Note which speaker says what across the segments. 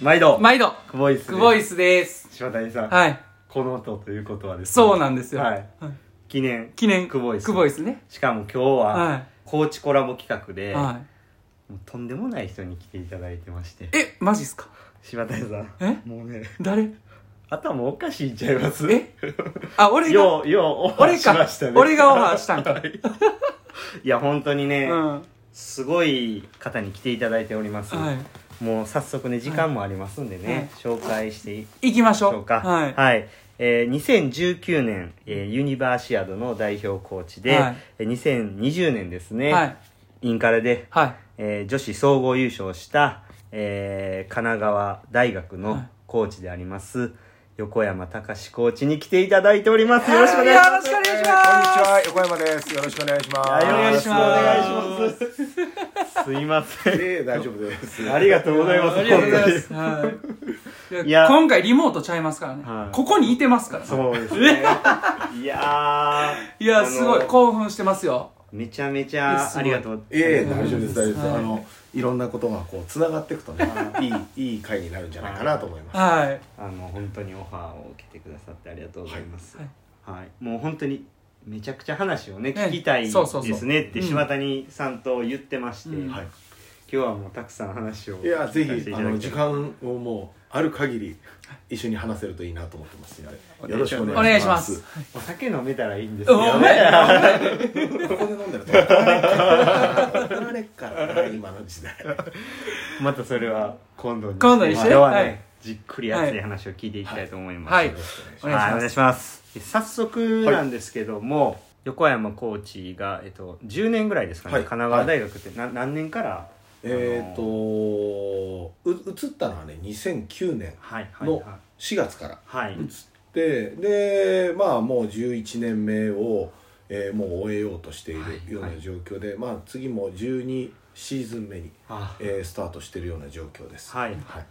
Speaker 1: 毎度
Speaker 2: 毎度
Speaker 1: クボイス
Speaker 2: クボイ
Speaker 1: ス
Speaker 2: スです
Speaker 1: 柴谷さん、
Speaker 2: はい
Speaker 1: この音ということはですね
Speaker 2: そうなんですよ
Speaker 1: はい記念
Speaker 2: 記念
Speaker 1: クボイス
Speaker 2: クボイスね
Speaker 1: しかも今日は、
Speaker 2: は
Speaker 1: 高知コラボ企画
Speaker 2: い
Speaker 1: で、
Speaker 2: はい
Speaker 1: もうとんでもない人に来ていただいてまして
Speaker 2: えマジっすか
Speaker 1: 柴谷さん
Speaker 2: え
Speaker 1: もうね
Speaker 2: 誰
Speaker 1: 頭おかしいんちゃいます
Speaker 2: えあ俺 が
Speaker 1: ようようオファー
Speaker 2: 俺
Speaker 1: しま
Speaker 2: か
Speaker 1: したね
Speaker 2: 俺がオファーしたんか
Speaker 1: はいいや本当に
Speaker 2: う
Speaker 1: ね、
Speaker 2: んは
Speaker 1: すごい方に来ていただいております、もう早速ね時間もありますんでね、
Speaker 2: はい
Speaker 1: 紹介してい
Speaker 2: い行きましょう
Speaker 1: きましょうか
Speaker 2: はい
Speaker 1: えー2019年、えーユニバーシアードの代表コーチで、
Speaker 2: はい
Speaker 1: えー2020年ですね、
Speaker 2: はい
Speaker 1: インカレで、
Speaker 2: はい
Speaker 1: えー女子総合優勝した、えー神奈川大学
Speaker 2: は
Speaker 1: の
Speaker 2: い
Speaker 1: コーチであります、横山隆コーチに来ていただいております。よろしくお願いします。
Speaker 2: よろしくお願いし
Speaker 3: こんにちは、横山です。よろしくお願いします。
Speaker 1: はいお願いします。
Speaker 2: お願いし
Speaker 1: ます。すいません。
Speaker 3: ええ大丈夫です。
Speaker 1: ありがとうございます。
Speaker 2: ありがとうございます
Speaker 1: 本
Speaker 2: はいい
Speaker 1: や
Speaker 2: や今回リモートちゃいますからね
Speaker 1: はい
Speaker 2: ここにいてますからね
Speaker 1: 当にそうです ね。いやー。
Speaker 2: いや
Speaker 1: あの
Speaker 2: すごい興奮してますよ
Speaker 1: めちゃめちゃありがとう。
Speaker 3: ええ大丈夫です。大丈夫です。
Speaker 2: はい
Speaker 3: あの、いろんなことがこう繋がって いくとね、いいいい会になるんじゃないかなと思います。
Speaker 2: はい
Speaker 1: あの本当にオファーを受けてくださってありがとうございます。は
Speaker 2: はいい。
Speaker 1: もう本当にめちゃくちゃ話をね
Speaker 2: ええ
Speaker 1: 聞きたい
Speaker 2: そうそうそう
Speaker 1: ですねって
Speaker 2: うん
Speaker 1: 柴谷さんと言ってまして、
Speaker 2: うん
Speaker 1: 今
Speaker 3: はい。
Speaker 1: 日はもうたくさん話を
Speaker 3: いや、ぜ
Speaker 1: 聞かせて
Speaker 3: ひ
Speaker 1: い
Speaker 3: あ
Speaker 1: ただ
Speaker 3: の
Speaker 1: きたい
Speaker 3: 時間をもうある限り一緒に話せるといいなと思ってますので、よろしくお
Speaker 2: お
Speaker 3: 願
Speaker 2: 願
Speaker 3: い
Speaker 2: い
Speaker 3: し
Speaker 2: し
Speaker 3: ま。
Speaker 2: ますす
Speaker 1: お酒飲めたらいいんです
Speaker 2: お
Speaker 1: よ。
Speaker 3: ここで飲んでると怒られっから怒られっからな今の時代。
Speaker 1: またそれは今度に
Speaker 2: 今度にして
Speaker 1: 今日はね、
Speaker 2: はい
Speaker 1: じっくり熱い話を聞いていきたいと思います。
Speaker 2: はい
Speaker 1: お
Speaker 2: お
Speaker 1: 願
Speaker 2: 願
Speaker 1: い
Speaker 2: い
Speaker 1: し
Speaker 2: し
Speaker 1: ま
Speaker 2: ますす
Speaker 1: で早速なんですけども、横山コーチが、えっと、10年ぐらいですかね、
Speaker 3: はい
Speaker 1: 神奈川大学って、な何年から
Speaker 3: えっとう移ったのはね2009年
Speaker 1: はいはいはい
Speaker 3: の4月から
Speaker 1: はい
Speaker 3: 移ってでまあもう11年目を、えーもう終えようとしてい
Speaker 1: はい
Speaker 3: るよう
Speaker 1: は
Speaker 3: ない状況で、まあ次も12シーズン目に、
Speaker 1: あ
Speaker 3: えースタートしているような状況です。
Speaker 1: はいじゃ
Speaker 3: はい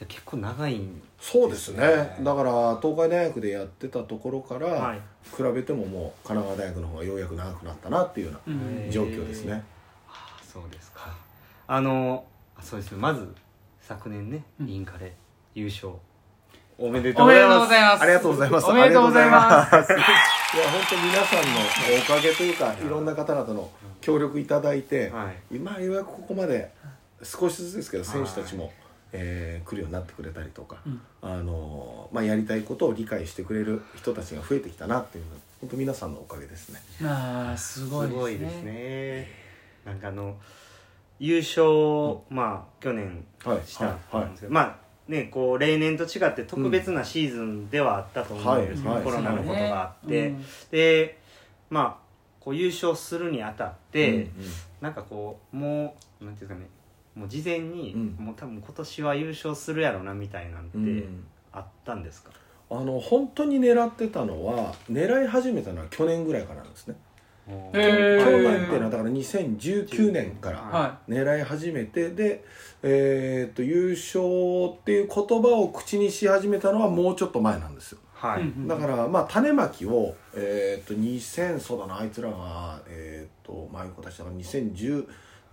Speaker 1: あ結構長いん
Speaker 3: そうですね
Speaker 1: ですね
Speaker 3: だから東海大学でやってたところから、
Speaker 1: はい
Speaker 3: 比べてももう神奈川大学の方がようやく長くなったなっていうよう
Speaker 2: う
Speaker 3: なん状況ですね。
Speaker 1: あそうですかあのあそうですねまず昨年ね、
Speaker 2: うん
Speaker 1: インカレ優勝おめで
Speaker 2: おめでとうござい
Speaker 1: ま
Speaker 2: ます
Speaker 3: ありがとうございます
Speaker 2: おめでとうございます
Speaker 3: す。いや本当皆さんのおかげというかいろんな方々の協力いただいて、
Speaker 1: はい
Speaker 3: 今ようやくここまで少しずつですけど選手たちも、えー来るようになってくれたりとか、
Speaker 2: うん
Speaker 3: あのまあやりたいことを理解してくれる人たちが増えてきたなっていうのは本当皆さんのおかげですね。
Speaker 2: あーすご
Speaker 1: すごい
Speaker 2: い
Speaker 1: で
Speaker 2: ですすね
Speaker 1: ねなんかあの優勝、まあ去年
Speaker 3: はい
Speaker 1: したと思うん
Speaker 3: は
Speaker 1: ですけど、まあねこう例年と違って特別なシーズンではあったと思うんですけど、
Speaker 3: うんはい
Speaker 1: コロナのことがあって、
Speaker 2: うん
Speaker 1: でまあこう優勝するにあたっ
Speaker 3: い。
Speaker 1: て、
Speaker 3: うんうん
Speaker 1: なんかこうもうなんていうかねもう事前に、
Speaker 3: うん
Speaker 1: もう多分今年は優勝するやろなみたいなんて
Speaker 3: うん
Speaker 1: あったんですか、
Speaker 3: あの本当に狙ってたのは狙い始めたのは去年ぐらいからなんですね。
Speaker 1: もう
Speaker 2: へー
Speaker 3: 去年っていうのはだから2019年から
Speaker 2: は
Speaker 3: 狙い始めてで、えーっと優勝っていう言葉を口にし始めたのはもうちょっと前なんですよ
Speaker 1: はい、
Speaker 2: いうんうん
Speaker 3: だからまあ種まきを、えーっと2000そうだなあいつらが、えーっと前子たちだから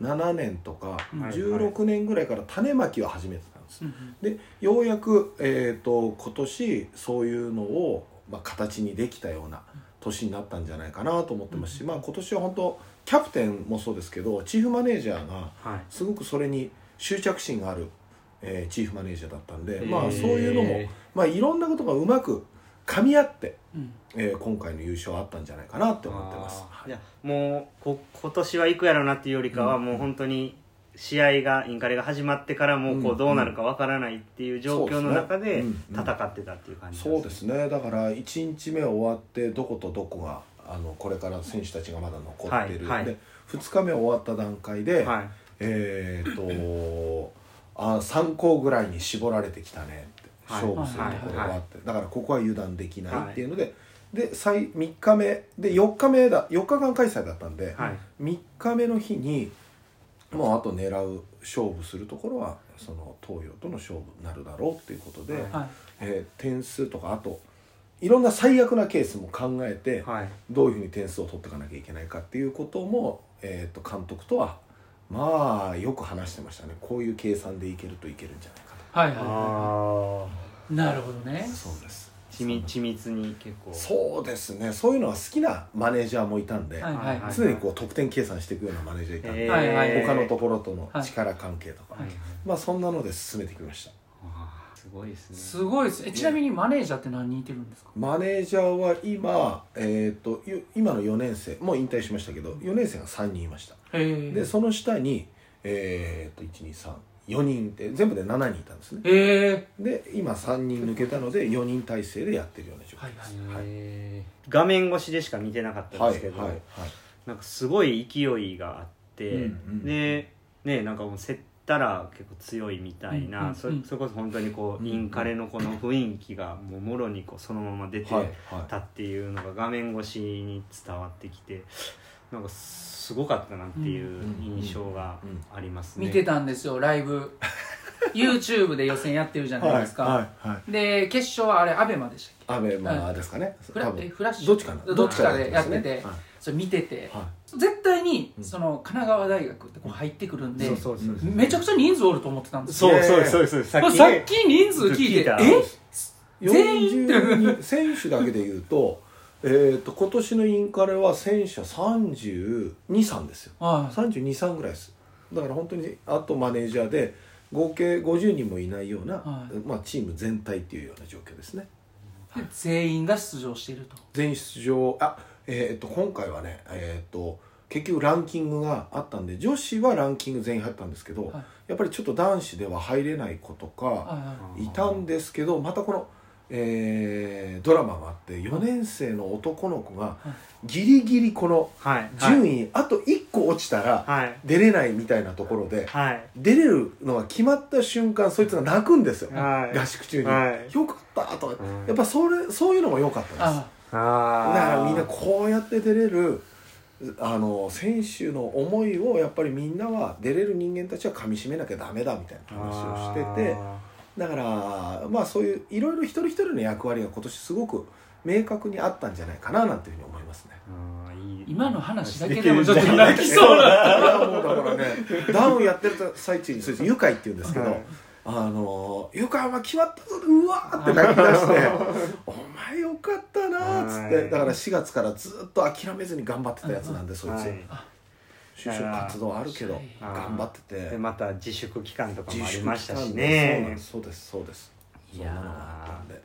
Speaker 3: 2017年とか
Speaker 2: うん
Speaker 3: 16年ぐらいから種まきを始めてたんです
Speaker 2: うんうん
Speaker 3: でようやく、えー、と今年そういうのを、まあ、形にできたような年になったんじゃないかなと思ってますし、まあ、今年は本当キャプテンもそうですけどチーフマネージャーが
Speaker 1: はい
Speaker 3: すごくそれに執着心がある、えーチーフマネージャーだったんで、
Speaker 1: へー
Speaker 3: まあ、そういうのも、まあ、いろんなことがうまく噛み合って、
Speaker 2: うん
Speaker 3: えー今回の優勝はあったんじゃないかなって思ってます。
Speaker 1: あーいやもうこ今年は行くやろなっていうよりかは、
Speaker 3: うん
Speaker 1: もう本当に試合がインカレが始まってからもうこ
Speaker 3: う
Speaker 1: うんどうなるかわからないっていう状況の中で
Speaker 3: そうですねうん
Speaker 1: 戦ってたっていう感じ
Speaker 3: そうです
Speaker 1: ね
Speaker 3: ねだから1日目終わってどことどこがあのこれから選手たちがまだ残ってる、
Speaker 1: はいはい
Speaker 3: で2日目終わった段階で、
Speaker 1: はい
Speaker 3: えーっとあ3校ぐらいに絞られてきたねって
Speaker 1: はい
Speaker 3: 勝負するところがあって、
Speaker 1: はい
Speaker 3: だからここは油断できないっていうので、で最3日目で4日目だ4日間開催だったんで、
Speaker 1: はい
Speaker 3: 3日目の日にもうあと狙う勝負するところはその東洋との勝負になるだろうっていうことで。
Speaker 1: はい
Speaker 2: はい
Speaker 3: えー点数とかあといろんな最悪なケースも考えて、
Speaker 1: はい
Speaker 3: どういうふうに点数を取っていかなきゃいけないかっていうことも、えー、と監督とはまあよく話してましたねこういう計算でいけるといけるんじゃないかと
Speaker 2: はいはいは
Speaker 1: あ
Speaker 2: いなるほどね
Speaker 3: そうです
Speaker 1: 緻密緻密に結構
Speaker 3: そうですねそういうのは好きなマネージャーもいたんで、
Speaker 2: はいはいはい
Speaker 3: 常にこう得点計算していくようなマネージャーいたんで、
Speaker 1: えー
Speaker 2: はいはい
Speaker 3: 他のところとの力関係とか、
Speaker 2: はい
Speaker 3: まあそんなので進めてきました
Speaker 1: あーすごいですね
Speaker 2: すごいですえちなみにマネージャーって何人いてるんですか
Speaker 3: マネージャーは今、えー、とゆ今の4年生もう引退しましたけど4年生が3人いました
Speaker 2: へ
Speaker 3: でその下にえっ、と1234人って全部で7人いたんですね
Speaker 2: ええ
Speaker 3: で今3人抜けたので4人体制でやってるような状
Speaker 2: はい
Speaker 3: 態
Speaker 2: は
Speaker 1: へー画面越しでしか見てなかったんですけど、
Speaker 3: はいはい
Speaker 1: なんかすごい勢いがあって、
Speaker 2: うんうん
Speaker 1: でねなんかもう競ったら結構強いみたいな、
Speaker 2: うんうんうん
Speaker 1: そそれこそ本当にこう、
Speaker 3: うんうん
Speaker 1: インカレのこの雰囲気がもうもろにこうそのまま出て
Speaker 3: はいはい
Speaker 1: たっていうのが画面越しに伝わってきてなんかすごかったなっていう印象があります
Speaker 2: い
Speaker 1: ね。
Speaker 2: 見てたんですよライブ YouTube で予選やってるじゃないですか、
Speaker 3: はいはい
Speaker 2: で決勝はあれアベマでしたっけ
Speaker 3: アベマですかね
Speaker 2: フラ
Speaker 3: 多
Speaker 2: え
Speaker 3: 分
Speaker 2: フラッシュ
Speaker 3: どっちかな
Speaker 2: どっちかで
Speaker 3: どますね
Speaker 2: やってて
Speaker 3: はい
Speaker 2: それ見てて、
Speaker 3: は
Speaker 2: 絶対に
Speaker 3: うん
Speaker 2: その神奈川大学ってこう入ってくるんで、
Speaker 1: そうそうそうそう
Speaker 2: めちゃくちゃ人数おると思ってたんですよ
Speaker 1: そうそうそうそうさ
Speaker 2: まあさっき人数聞い
Speaker 1: 聞
Speaker 2: て
Speaker 1: いた
Speaker 2: え
Speaker 3: い
Speaker 2: 全員
Speaker 3: 42選手だけで言うとえー、と今年のインカレは選手は323ですよ
Speaker 2: ああ
Speaker 3: 323ぐらいですだから本当にあとマネージャーで合計50人もいないような、
Speaker 2: はい
Speaker 3: まあ、チーム全体っていうような状況ですね
Speaker 2: で全員が出場していると
Speaker 3: 全出場あえーっと今回はねえーっと結局ランキングがあったんで女子はランキング全員入ったんですけど、
Speaker 2: はい
Speaker 3: やっぱりちょっと男子では入れない子とか
Speaker 2: ああ
Speaker 3: いたんですけどまたこの、えードラマがあって4年生の男の子がギリギリこの
Speaker 1: はい
Speaker 3: 順位、あと1個落ちたら
Speaker 1: はい
Speaker 3: 出れないみたいなところで
Speaker 1: はい
Speaker 3: 出れるのが決まった瞬間そいつが泣くんですよ、
Speaker 1: はい
Speaker 3: 合宿中に、
Speaker 1: はい
Speaker 3: よかったとか、
Speaker 1: うん
Speaker 3: やっぱそれそういうのも良かったですだか
Speaker 2: あ
Speaker 1: あー
Speaker 3: らみんなこうやって出れるあの選手の思いをやっぱりみんなは出れる人間たちは噛みしめなきゃダメだみたいな話をしてて
Speaker 1: あ
Speaker 3: だからまあそういういろいろ一人一人の役割が今年すごく明確にあったんじゃないかななんていうふうに思いますね。
Speaker 1: ーあーいい
Speaker 2: 今の話だけでもちょっと泣きそう
Speaker 3: い
Speaker 2: な
Speaker 3: やもうだから ねダウンやってる最中にそいつ愉快って言うんですけど、
Speaker 1: はい
Speaker 3: あのー「愉快は決まったぞうわ!」って泣き出して「お前よかったな」っつっ
Speaker 1: は
Speaker 3: て
Speaker 1: い
Speaker 3: だから4月からずっと諦めずに頑張ってたやつなんでそい
Speaker 1: は
Speaker 3: つ
Speaker 1: い
Speaker 3: 就職活動あるけど
Speaker 1: あー
Speaker 3: 頑張って
Speaker 1: で
Speaker 3: て
Speaker 1: また自粛期間とかもありましたし
Speaker 3: で
Speaker 1: ね
Speaker 3: そうなんですそうですそうです
Speaker 1: い
Speaker 3: そん
Speaker 1: やー
Speaker 3: なのがあったんで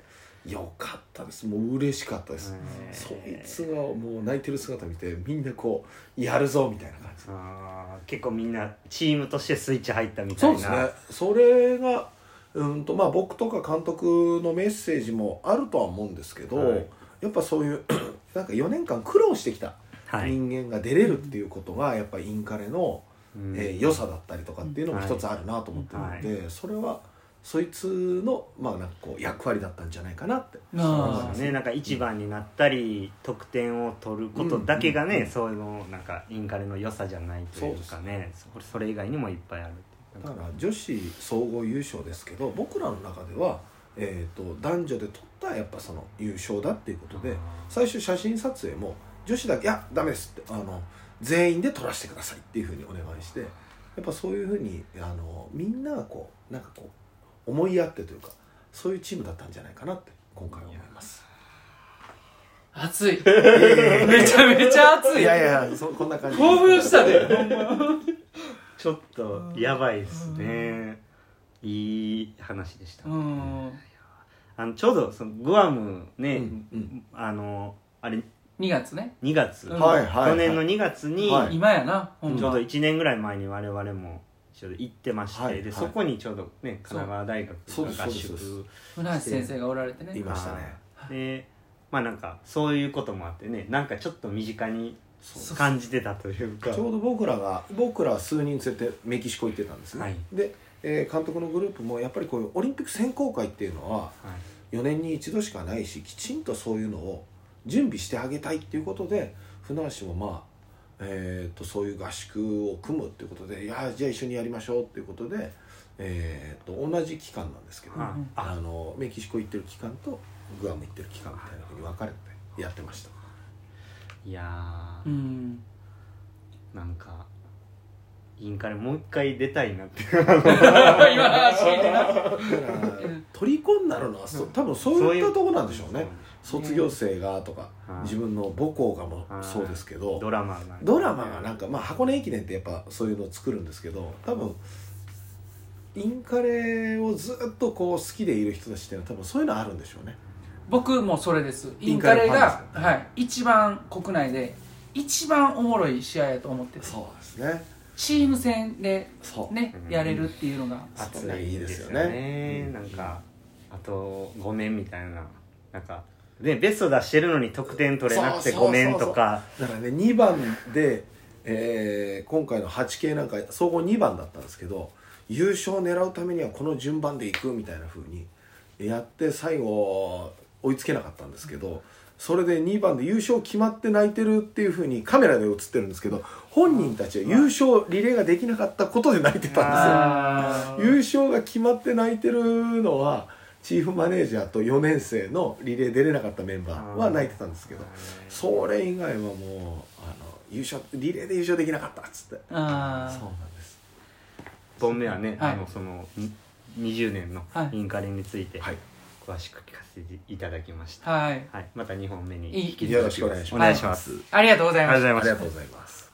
Speaker 3: よかったですもう嬉しかったです、そいつがもう泣いてる姿見てみんなこうやるぞみたいな感じ
Speaker 1: あー結構みんなチームとしてスイッチ入ったみた
Speaker 3: そう
Speaker 1: い
Speaker 3: で
Speaker 1: な
Speaker 3: すねそれがうんとまあ僕とか監督のメッセージもあるとは思うんですけど、
Speaker 1: はい
Speaker 3: やっぱそういう なんか4年間苦労してきた
Speaker 1: はい
Speaker 3: 人間が出れるっていうことがやっぱりインカレの、
Speaker 1: うん
Speaker 3: えー良さだったりとかっていうのも一つあるなと思ってるので、それはそいつのまあなんかこう役割だったんじゃないかなって
Speaker 1: そうですねなんか一番になったり得点を取ることだけがね、
Speaker 3: うんうん
Speaker 1: そういうのなんかインカレの良さじゃないというかねそれそれ以外にもいっぱいあるっていう
Speaker 3: だから女子総合優勝ですけど僕らの中では、えー、と男女で取ったやっぱその優勝だっていうことで最初写真撮影も女子だけ「いやダメです」ってあの全員で撮らせてくださいっていうふうにお願いしてやっぱそういうふうにあのみんながこうなんかこう思い合ってというかそういうチームだったんじゃないかなって今回は思います
Speaker 2: 熱いめちゃめちゃ熱い
Speaker 3: いやいやそこんな感じ
Speaker 2: 興奮したでほんま
Speaker 1: ちょっとやばいですねいい話でした、
Speaker 2: うん
Speaker 1: あのちょうどそのグアムね、
Speaker 3: うんうん
Speaker 1: あのあれ
Speaker 2: 2月ね
Speaker 1: 2月、
Speaker 2: うん
Speaker 3: はいはい、
Speaker 1: 去年の2月に、
Speaker 3: はい
Speaker 2: 今やなほん
Speaker 1: ちょう
Speaker 2: ま
Speaker 1: ど1年ぐらい前に我々もちょうど行ってまして、
Speaker 3: はい
Speaker 1: で
Speaker 3: はい
Speaker 1: そこにちょうどね神奈川大学
Speaker 3: そうです
Speaker 1: が合
Speaker 3: そうですそう
Speaker 1: 宿
Speaker 2: 船橋先生がおられて
Speaker 3: い
Speaker 2: ね
Speaker 3: ましたね
Speaker 1: でまあなんかそういうこともあってねなんかちょっと身近に
Speaker 2: そう
Speaker 1: 感じてたというか
Speaker 3: ちょうど僕らが僕ら数人連れてメキシコ行ってたんですね、
Speaker 1: はい
Speaker 3: で、えー監督のグループもやっぱりこういうオリンピック選考会っていうのは
Speaker 1: はい
Speaker 3: 4年に一度しかないしきちんとそういうのを準備してあげたいっていうことで船橋もまあえー、とそういう合宿を組むっていうことでいやじゃあ一緒にやりましょうっていうことで、えー、と同じ期間なんですけど、
Speaker 1: はい
Speaker 2: うん
Speaker 3: あのメキシコ行ってる期間とグアム行ってる期間みたいなふうに分かれてやってました
Speaker 1: いや
Speaker 2: うん
Speaker 1: ーなんか銀カレもう一回出たいなって
Speaker 2: 今の話聞いてな
Speaker 3: うん 取り込んだるのはそ多分そういったとこなんでしょうね卒業生がとか、
Speaker 1: はい
Speaker 3: 自分の母校がも
Speaker 1: はい
Speaker 3: そうですけ
Speaker 1: そ
Speaker 3: ど、
Speaker 1: うドラマが
Speaker 3: ドラマがなんか、まあ、箱根駅伝ってやっぱそういうのを作るんですけど多分インカレをずっとこう好きでいる人たちっていうのは多分そういうのあるんでしょうね
Speaker 2: 僕もそれですイ
Speaker 3: イ
Speaker 2: ン
Speaker 3: ン
Speaker 2: カ
Speaker 3: カ
Speaker 2: レ
Speaker 3: レ
Speaker 2: が、
Speaker 3: ファンですね
Speaker 2: はい、一番国内で一番おもろい試合やと思ってて
Speaker 3: そうですね
Speaker 2: チーム戦で
Speaker 3: そう
Speaker 2: ね
Speaker 1: うん
Speaker 2: やれるっていうのが
Speaker 1: 熱いですよね
Speaker 3: 熱いですよね
Speaker 1: なんかあとごめんみたいななんかでベスト出してるのに得点取れなくて
Speaker 3: そうそ
Speaker 1: ご
Speaker 3: うそう
Speaker 1: め
Speaker 3: そうん
Speaker 1: とか
Speaker 3: だからね2番で、えー今回の 8K なんか総合2番だったんですけど優勝を狙うためにはこの順番でいくみたいな風にやって最後追いつけなかったんですけどそれで2番で優勝決まって泣いてるっていう風にカメラで映ってるんですけど本人たちは優勝リレーができなかったことで泣いてたんですよ。
Speaker 2: あー
Speaker 3: 優勝が決まって泣いてるのはチーフマネージャーと4年生のリレー出れなかったメンバーは泣いてたんですけどそれ以外はもうあの優勝リレーで優勝できなかったっつって
Speaker 2: あ
Speaker 3: そう
Speaker 2: ー
Speaker 3: なんです
Speaker 1: 1本目はね、
Speaker 2: はい
Speaker 1: あのそのに20年の
Speaker 2: はい
Speaker 1: インカレについて
Speaker 3: はい
Speaker 1: 詳しく聞かせていただきました、
Speaker 2: はい
Speaker 1: はい、また2本目
Speaker 2: いい
Speaker 1: に
Speaker 2: 引き
Speaker 3: よ
Speaker 2: 続
Speaker 3: ろ
Speaker 2: き
Speaker 3: しくお願いします
Speaker 1: お願いします
Speaker 2: ありがとうございました
Speaker 1: ありがとうございました
Speaker 3: ありがとうございます